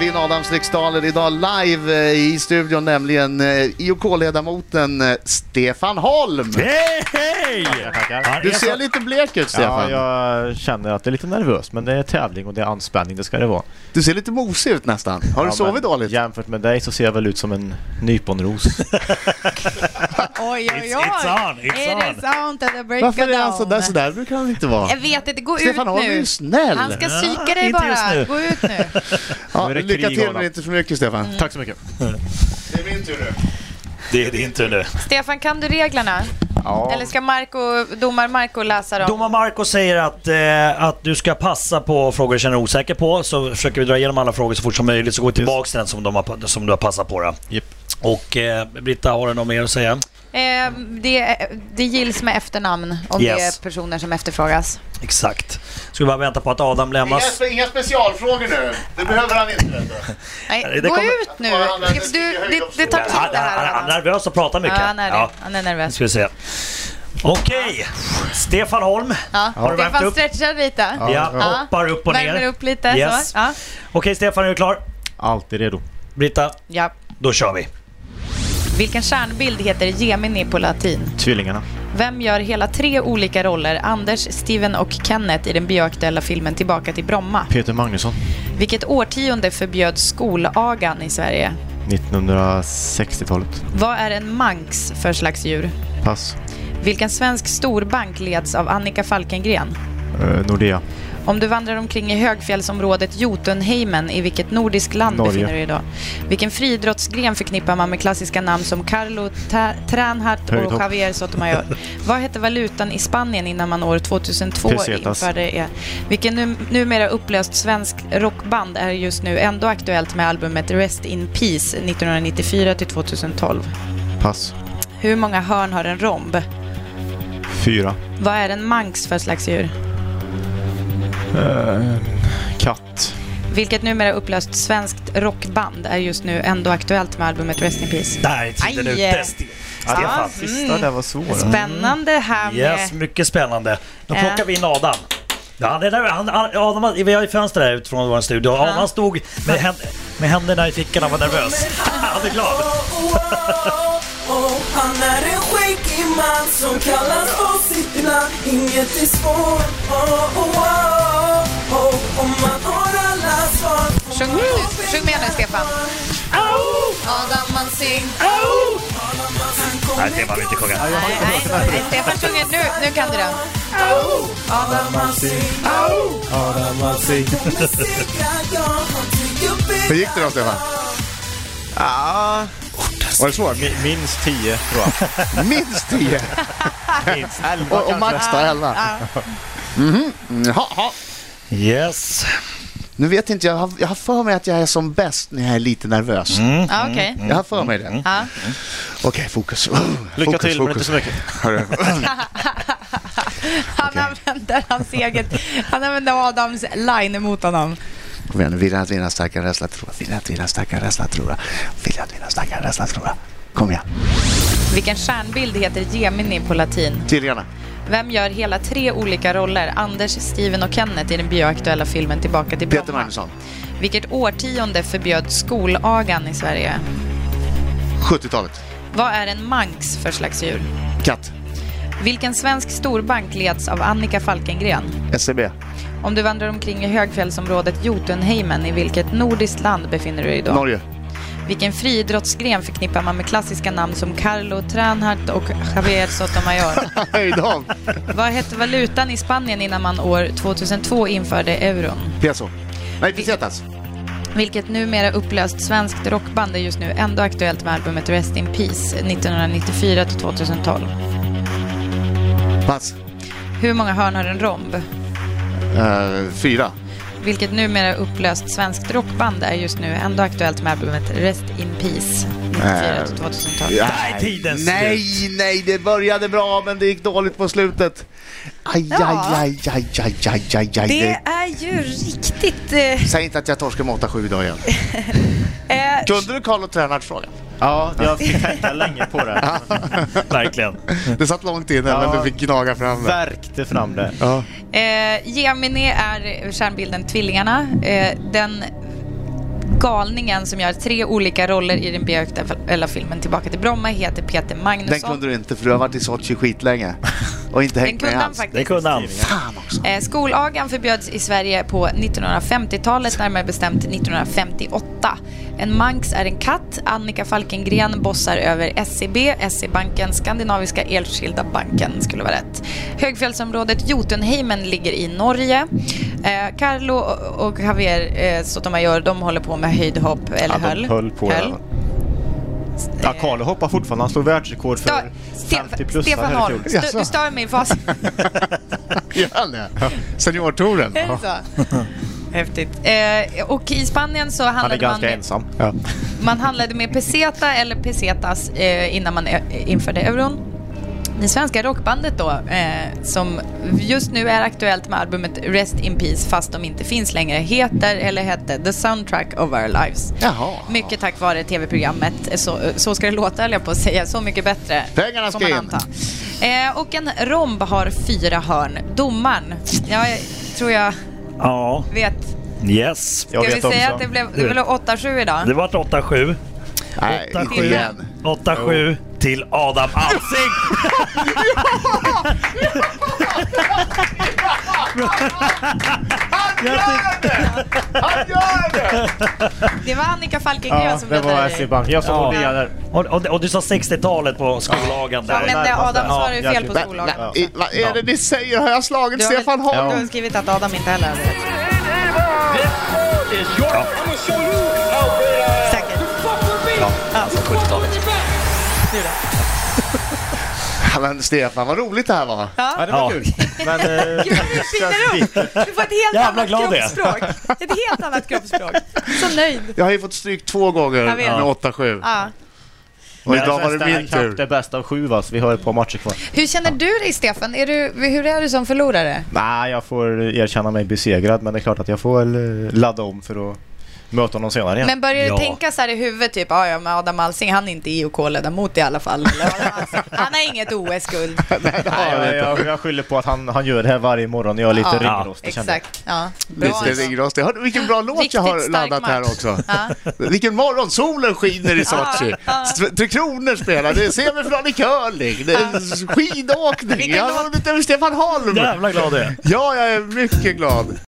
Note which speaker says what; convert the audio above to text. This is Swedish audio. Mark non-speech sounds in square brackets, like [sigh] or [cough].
Speaker 1: Linn Adams riksdaler idag live eh, i studion, nämligen eh, IOK-ledamoten eh, Stefan Holm.
Speaker 2: Hej, hej! Ja,
Speaker 1: Du
Speaker 2: jag-
Speaker 1: ser lite blek ut
Speaker 2: Ja,
Speaker 1: Stefan.
Speaker 2: jag känner att det är lite nervöst men det är tävling och det är anspänning, det ska det vara.
Speaker 1: Du ser lite mosig ut nästan. Har du
Speaker 2: Ja,
Speaker 1: sovit
Speaker 2: men
Speaker 1: dåligt?
Speaker 2: Jämfört med dig så ser jag väl ut som en nyponros.
Speaker 3: Oj, oj, oj.
Speaker 4: It's- it's on, it's
Speaker 3: är
Speaker 4: on.
Speaker 3: det sant att jag breakar
Speaker 1: Varför
Speaker 3: down?
Speaker 1: är alltså han sådär? Sådär brukar han inte vara.
Speaker 3: Jag vet inte, gå
Speaker 1: Stefan
Speaker 3: ut
Speaker 1: Holm är
Speaker 3: nu.
Speaker 1: ju snäll.
Speaker 3: Han ska
Speaker 4: Ja,
Speaker 3: psyka dig
Speaker 4: inte just
Speaker 3: bara.
Speaker 4: nu.
Speaker 3: Gå ut nu.
Speaker 4: [laughs]
Speaker 1: Ja,
Speaker 2: Nu är det
Speaker 1: lycka
Speaker 2: krig,
Speaker 1: till men
Speaker 2: Adam. Mm.
Speaker 1: inte för mycket Stefan.
Speaker 2: Tack så mycket.
Speaker 1: Det är min tur nu.
Speaker 4: Det är din tur nu.
Speaker 3: Stefan, kan du reglerna? Eller ska Marco, domar Marco läsa
Speaker 4: [laughs]
Speaker 3: dem?
Speaker 4: Domar Marco säger att, eh, att du ska passa på frågor du känner dig osäker på. Så försöker vi dra igenom alla frågor så fort som möjligt. Så går vi tillbaka till den som, de har, som du har passat på. Då.
Speaker 2: Japp.
Speaker 4: Och eh, Britta, har du något mer att säga?
Speaker 3: Eh, det, det gills med efternamn om det
Speaker 4: Yes.
Speaker 3: är personer som efterfrågas.
Speaker 4: Exakt. Ska vi bara vänta på att Adam
Speaker 1: Inga,
Speaker 4: lämnas?
Speaker 1: spe- inga specialfrågor nu. Det behöver han inte. vet du.
Speaker 3: Nej,
Speaker 4: Nej, det
Speaker 3: gå
Speaker 4: kommer-
Speaker 3: ut nu.
Speaker 1: Ja, han är-
Speaker 3: Du, det, det tar tid
Speaker 4: Han,
Speaker 3: det
Speaker 4: han,
Speaker 3: här.
Speaker 4: han är
Speaker 3: Adam.
Speaker 4: nervös och pratar
Speaker 3: Ja,
Speaker 4: mycket.
Speaker 3: han är det. Han är
Speaker 4: Nu
Speaker 3: nervös.
Speaker 4: ska vi se. Okej, Stefan Holm.
Speaker 3: Ja.
Speaker 4: Har du värmt
Speaker 3: Stefan
Speaker 4: upp?
Speaker 3: stretchar lite.
Speaker 4: Ja, hoppar upp och
Speaker 3: Värmer
Speaker 4: ner.
Speaker 3: upp lite
Speaker 4: Yes.
Speaker 3: så. Ja.
Speaker 4: Okej Stefan, är du klar?
Speaker 2: Alltid redo.
Speaker 4: Britta,
Speaker 3: Ja.
Speaker 4: då kör vi.
Speaker 3: Vilken stjärnbild heter Gemini på latin?
Speaker 2: Tvillingarna.
Speaker 3: Vem gör hela tre olika roller, Anders, Steven och Kenneth, i den bioaktuella filmen Tillbaka till Bromma?
Speaker 2: Peter Magnusson.
Speaker 3: Vilket årtionde förbjöds skolagan i Sverige?
Speaker 2: 1960-talet.
Speaker 3: Vad är en manx för slags djur?
Speaker 2: Pass.
Speaker 3: Vilken svensk storbank leds av Annika Falkengren?
Speaker 2: Eh, Nordea.
Speaker 3: Om du vandrar omkring i högfjällsområdet Jotunheimen, i vilket nordiskt land
Speaker 2: Norge.
Speaker 3: befinner du dig idag? Vilken friidrottsgren förknippar man med klassiska namn som Carlo Tra- Tränhart och
Speaker 2: Höjdhopp.
Speaker 3: Javier
Speaker 2: [laughs]
Speaker 3: Sotomayor? Vad hette valutan i Spanien innan man år 2002
Speaker 2: Pesetas.
Speaker 3: införde er? Vilken nu, numera upplöst svensk rockband är just nu ändå aktuellt med albumet Rest in Peace 1994 till 2012?
Speaker 2: Pass.
Speaker 3: Hur många hörn har en romb?
Speaker 2: Fyra.
Speaker 3: Vad är en manx för slags djur?
Speaker 2: Eh, katt.
Speaker 3: Vilket numera upplöst svenskt rockband är just nu ändå aktuellt med albumet Rest in Peace.
Speaker 4: Där är tiden
Speaker 3: Aj.
Speaker 4: ute. Ste- Stefan.
Speaker 3: Mm.
Speaker 2: Sista där var svår.
Speaker 3: Spännande här med...
Speaker 4: Yes, mycket spännande. Då
Speaker 3: Ja.
Speaker 4: plockar vi in Adam. Ja, han är där, han, han- Adam, har- vi har ju fönster här utifrån vår studio. Adam stod med, hän- med händerna i fickorna och var nervös. [laughs] Han är glad.
Speaker 5: oh, Han är en skäggig man som kallas på sitt namn Inget är svårt, oh, oh, oh, oh. Om man har alla svar får
Speaker 3: Sjung,
Speaker 5: man
Speaker 3: med
Speaker 5: ha
Speaker 3: nu. Sjung med nu,
Speaker 5: pengar.
Speaker 3: Stefan. Adam Mansing.
Speaker 5: Han
Speaker 4: Nej,
Speaker 5: kommer
Speaker 4: det var inte sjunga.
Speaker 3: Nej, nej, nej, Stefan sjunger. Nu, nu kan du den.
Speaker 5: kommer segra, ja Han tycker bäst
Speaker 1: Hur gick det då Stefan?
Speaker 2: Ah,
Speaker 1: Var det svårt?
Speaker 2: mi- minst tio tror
Speaker 1: [laughs]
Speaker 2: jag.
Speaker 1: Minst 10.
Speaker 2: Minst elva
Speaker 1: Och, och max då 11. Mhm. Jaha, jaha.
Speaker 4: Yes.
Speaker 1: Nu vet inte jag, jag har, jag har för mig att jag är som bäst när jag är lite nervös.
Speaker 2: Mm.
Speaker 3: Ja, okej.
Speaker 1: Jag har för mig det.
Speaker 3: Ja.
Speaker 1: Okej, fokus.
Speaker 2: Lycka
Speaker 1: fokus,
Speaker 2: till men inte så mycket.
Speaker 1: Hörru.
Speaker 3: Han använder hans eget... Han använder Adams line mot honom.
Speaker 1: Kom igen nu, vilja att vinna starkare rädsla tror jag. Vilja att vinna starkare rädsla tror jag. Vilja att vinna starkare rädsla tror jag. Kom igen.
Speaker 3: Vilken stjärnbild heter Gemini på latin?
Speaker 1: Tvillingarna.
Speaker 3: Vem gör hela tre olika roller, Anders, Steven och Kenneth, i den bioaktuella filmen Tillbaka till Bromma?
Speaker 1: Peter Magnusson.
Speaker 3: Vilket årtionde förbjöd skolagan i Sverige?
Speaker 1: 70-talet.
Speaker 3: Vad är en manx för slags djur?
Speaker 1: Katt.
Speaker 3: Vilken svensk storbank leds av Annika Falkengren?
Speaker 1: SEB.
Speaker 3: Om du vandrar omkring i högfjällsområdet Jotunheimen, i vilket nordiskt land befinner du dig då?
Speaker 1: Norge.
Speaker 3: Vilken friidrottsgren förknippar man med klassiska namn som Carlo Tränhart och
Speaker 1: [laughs]
Speaker 3: Javier Sotomayor?
Speaker 1: Höjdhopp.
Speaker 3: Vad hette valutan i Spanien innan man år 2002 införde euron?
Speaker 1: Peso. Nej, alltså. pesetas.
Speaker 3: Vilket numera upplöst svenskt rockband är just nu ändå aktuellt med albumet Rest in Peace 1994 till 2012.
Speaker 1: Pass.
Speaker 3: Hur många hörn har en romb?
Speaker 1: Eh, fyra.
Speaker 3: Vilket numera upplöst svenskt rockband är just nu ändå aktuellt med albumet Rest in Peace 94
Speaker 1: Äh,
Speaker 3: till 2012.
Speaker 4: Där är tiden slut.
Speaker 1: Nej, nej, det började bra men det gick dåligt på slutet. Aj,
Speaker 3: Ja.
Speaker 1: aj, aj, aj, aj, aj, aj, aj.
Speaker 3: Det
Speaker 1: Det...
Speaker 3: är ju riktigt... eh,
Speaker 1: Säg inte att jag torskar med 8-7 idag
Speaker 3: [laughs]
Speaker 1: igen.
Speaker 3: Eh,
Speaker 1: Kunde du Carlo Tränarts fråga?
Speaker 2: Ja, jag fick tänka länge på [laughs] det.
Speaker 4: Verkligen.
Speaker 1: Det satt långt inne men
Speaker 2: Ja.
Speaker 1: du fick gnaga fram det.
Speaker 2: Värkte fram det.
Speaker 1: Ja.
Speaker 3: eh, Gemini är stjärnbilden Tvillingarna. Eh, den galningen som gör tre olika roller i den beaktuella filmen Tillbaka till Bromma heter Peter
Speaker 1: Den
Speaker 3: Magnusson.
Speaker 1: kunde du inte för du har varit i Sochi skitlänge. Och inte
Speaker 3: Den
Speaker 1: hängt
Speaker 3: kunde
Speaker 1: med
Speaker 3: han
Speaker 1: alls. [laughs]
Speaker 3: faktiskt.
Speaker 4: Det kunde han.
Speaker 1: Fan också.
Speaker 3: Eh, Skolagan förbjöds i Sverige på 1950-talet, närmare bestämt 1958. En manx är en katt. Annika Falkengren bossar över E SEB, SE-banken, Skandinaviska Enskilda Banken skulle vara rätt. Högfjällsområdet Jotunheimen ligger i Norge. Eh, Carlo och och Javier eh, Sotomayor, de håller på med höjdhopp, eller
Speaker 2: Ja, de
Speaker 3: höll.
Speaker 2: höll på, ja. Ja, Carlo hoppar fortfarande. Han slår världsrekord
Speaker 3: Sta-
Speaker 2: för
Speaker 3: Stefan,
Speaker 2: 50-plussare
Speaker 3: Eh, Stefan
Speaker 2: här i
Speaker 3: Holm,
Speaker 2: fjol.
Speaker 3: stu- du stör mig i fasen.
Speaker 1: Gör han det? Seniortouren?
Speaker 3: Är det så?
Speaker 1: [laughs]
Speaker 3: Häftigt. Eh, och i Spanien så
Speaker 2: Han är
Speaker 3: handlade man
Speaker 2: ganska
Speaker 3: med,
Speaker 2: ensam. Ja.
Speaker 3: man handlade med peseta eller pesetas eh, innan man eh, införde euron. Det svenska rockbandet då, eh, som just nu är aktuellt med albumet Rest In Peace fast de inte finns längre, heter eller hette The Soundtrack of Our Lives.
Speaker 1: Jaha.
Speaker 3: Mycket tack vare tv-programmet Så, så ska det låta, höll jag på att säga. Så mycket bättre.
Speaker 1: Pengarna
Speaker 3: får
Speaker 1: ska
Speaker 3: man
Speaker 1: in.
Speaker 3: anta. Eh, och en romb har fyra hörn. Domaren, jag tror jag
Speaker 4: Ja,
Speaker 3: vet.
Speaker 4: yes.
Speaker 2: Jag
Speaker 3: Ska vi
Speaker 2: vet
Speaker 3: säga
Speaker 2: också.
Speaker 3: att det blev, det blev 8-7 idag?
Speaker 4: Det vart 8-7.
Speaker 1: Nej, inte
Speaker 4: 7.
Speaker 1: igen.
Speaker 4: 8-7 till Adam Alsing.
Speaker 1: Han gör det! Han gör det!
Speaker 3: Det var Annika Falkengren
Speaker 2: Ja,
Speaker 3: som
Speaker 2: det var
Speaker 3: räddade dig.
Speaker 2: SE-bank. Jag som
Speaker 4: Ja.
Speaker 2: var nia där.
Speaker 4: Och, och, och du sa 60-talet på skollagen
Speaker 3: Ja,
Speaker 4: där.
Speaker 3: men det, Adam
Speaker 2: Ja,
Speaker 3: svarade ju fel
Speaker 2: jag-
Speaker 3: på
Speaker 2: Nej,
Speaker 3: skollagen.
Speaker 1: Va- i- Vad är det ni säger? Har jag slagit
Speaker 3: Du har väl-
Speaker 1: Stefan Holm?
Speaker 3: Du har skrivit att Adam inte heller hade rätt. Säkert.
Speaker 1: Ja, men Stefan, vad roligt det här var.
Speaker 2: Ja,
Speaker 3: Ja.
Speaker 2: det var
Speaker 4: Ja.
Speaker 2: kul. Men... eh, [laughs]
Speaker 3: Gud, vad du pinar upp! Du får ett helt
Speaker 4: Jävla
Speaker 3: annat
Speaker 4: glad jag är.
Speaker 3: kroppsspråk. Ett helt annat kroppsspråk. Så nöjd.
Speaker 1: Jag har ju fått stryk två gånger
Speaker 3: Jag
Speaker 1: med
Speaker 3: vet.
Speaker 1: 8-7.
Speaker 3: Ja.
Speaker 1: Och idag var det
Speaker 2: bästa är
Speaker 1: min
Speaker 2: knappt
Speaker 1: tur.
Speaker 2: Det bästa av sju va, så vi har ett par matcher kvar.
Speaker 3: Hur känner du dig, Stefan? Är du, hur är du som förlorare?
Speaker 2: Nej, jag får erkänna mig besegrad, men det är klart att jag får väl eh, ladda om för att möta någon senare igen. [laughs]
Speaker 3: Men börjar du
Speaker 4: Ja.
Speaker 3: tänka så här i huvudet, typ, ah, ja, men Adam Alsing, han är inte IOK-ledamot i alla fall. Eller, Adam Alsing, han har inget OS-guld.
Speaker 2: Nej, jag, jag, jag skyller på att han, han gör det här varje morgon. Jag är lite
Speaker 3: Ja,
Speaker 2: ringrostig känner jag.
Speaker 3: Exakt. Ja, bra.
Speaker 1: Visst, det ringer oss. Det- Hör- Vilken bra låt
Speaker 3: Riktigt
Speaker 1: jag har
Speaker 3: stark
Speaker 1: laddat här
Speaker 3: match.
Speaker 1: också.
Speaker 3: Ja.
Speaker 1: Vilken morgon! Solen skiner i Sochi. St- Tre Kronor spelar, det är semifinal i curling, det är skidåkning. Jag har vunnit över Stefan Holm.
Speaker 4: Jävla glad jag är.
Speaker 1: Ja, jag är mycket glad.